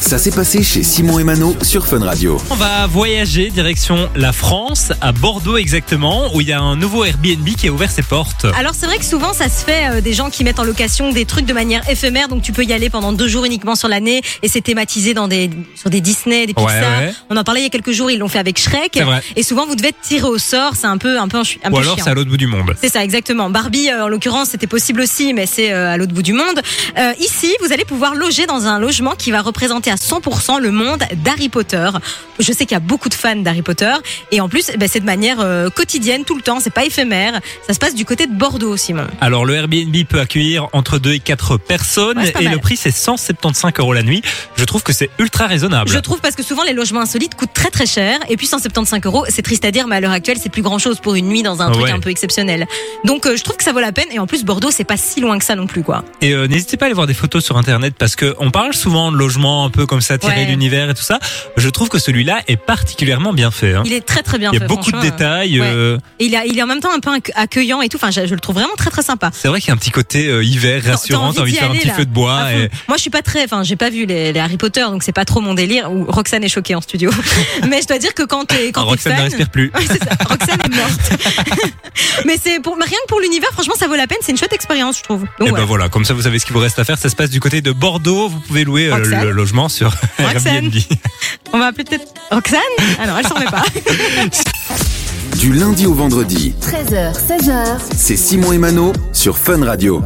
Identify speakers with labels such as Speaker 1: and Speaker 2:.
Speaker 1: Ça s'est passé chez Simon et Mano sur Fun Radio.
Speaker 2: On va voyager direction la France, à Bordeaux exactement, où il y a un nouveau Airbnb qui a ouvert ses portes.
Speaker 3: Alors c'est vrai que souvent ça se fait euh, des gens qui mettent en location des trucs de manière éphémère, donc tu peux y aller pendant deux jours uniquement sur l'année et c'est thématisé dans des sur des Disney, des Pixar.
Speaker 2: ouais.
Speaker 3: On en parlait il y a quelques jours, ils l'ont fait avec Shrek.
Speaker 2: C'est vrai.
Speaker 3: Et souvent vous devez tirer au sort, c'est un peu un peu un, chi- un
Speaker 2: Ou
Speaker 3: peu
Speaker 2: alors
Speaker 3: chiant.
Speaker 2: c'est à l'autre bout du monde.
Speaker 3: C'est ça, exactement. Barbie, euh, en l'occurrence, c'était possible aussi, mais c'est euh, à l'autre bout du monde. Euh, ici, vous allez pouvoir loger dans un logement qui va représenter à 100% le monde d'Harry Potter. Je sais qu'il y a beaucoup de fans d'Harry Potter, et en plus, eh ben, c'est de manière euh, quotidienne, tout le temps, c'est pas éphémère. Ça se passe du côté de Bordeaux, Simon.
Speaker 2: Alors le Airbnb peut accueillir entre 2 et 4 personnes
Speaker 3: Ouais, c'est pas
Speaker 2: et
Speaker 3: mal.
Speaker 2: le prix c'est 175 euros la nuit. Je trouve que c'est ultra raisonnable.
Speaker 3: Je trouve parce que souvent les logements insolites coûtent très très cher et puis 175 euros, c'est triste à dire, mais à l'heure actuelle c'est plus grand chose pour une nuit dans un truc
Speaker 2: Ouais.
Speaker 3: un peu exceptionnel. Donc euh, je trouve que ça vaut la peine et en plus Bordeaux c'est pas si loin que ça non plus quoi.
Speaker 2: Et euh, n'hésitez pas à aller voir des photos sur internet parce que on parle souvent de logements un peu comme ça tirés
Speaker 3: Ouais.
Speaker 2: d'univers et tout ça. Je trouve que celui-là est particulièrement bien fait. hein.
Speaker 3: Il est très très bien
Speaker 2: Il y a
Speaker 3: fait,
Speaker 2: beaucoup de
Speaker 3: franchement, euh.
Speaker 2: détails.
Speaker 3: ouais.
Speaker 2: euh,
Speaker 3: Et il, a- il est en même temps un peu accue- accueillant et tout. Enfin, je, je le trouve vraiment très très sympa.
Speaker 2: c'est vrai qu'il y a un petit côté euh, hiver rassurant.
Speaker 3: envie
Speaker 2: T'as envie de
Speaker 3: d'y
Speaker 2: faire un
Speaker 3: aller,
Speaker 2: petit
Speaker 3: là.
Speaker 2: feu de bois.
Speaker 3: À fond.
Speaker 2: Ah, Et...
Speaker 3: Moi, je suis pas très. Enfin, j'ai pas vu les, les Harry Potter, donc c'est pas trop mon délire. Ou Roxane est choquée en studio. Mais je dois dire que quand t'es
Speaker 2: Ah,
Speaker 3: quand t'es
Speaker 2: Roxane ne
Speaker 3: fan,
Speaker 2: respire plus.
Speaker 3: Ouais, c'est ça. Roxane est morte. Mais c'est pour mais rien que pour l'univers. Franchement, ça vaut la peine. C'est une chouette expérience, je trouve. Donc,
Speaker 2: Et
Speaker 3: ouais.
Speaker 2: ben voilà, comme ça vous savez ce qu'il vous reste à faire. Ça se passe du côté de Bordeaux. Vous pouvez louer euh,
Speaker 3: Roxane.
Speaker 2: le logement sur
Speaker 3: Roxane.
Speaker 2: Airbnb. ben,
Speaker 3: On va appeler peut-être Roxane. Ah non, elle s'en remet pas.
Speaker 1: Du lundi au vendredi,
Speaker 4: 13h, 16h,
Speaker 1: c'est Simon et Mano sur Fun Radio.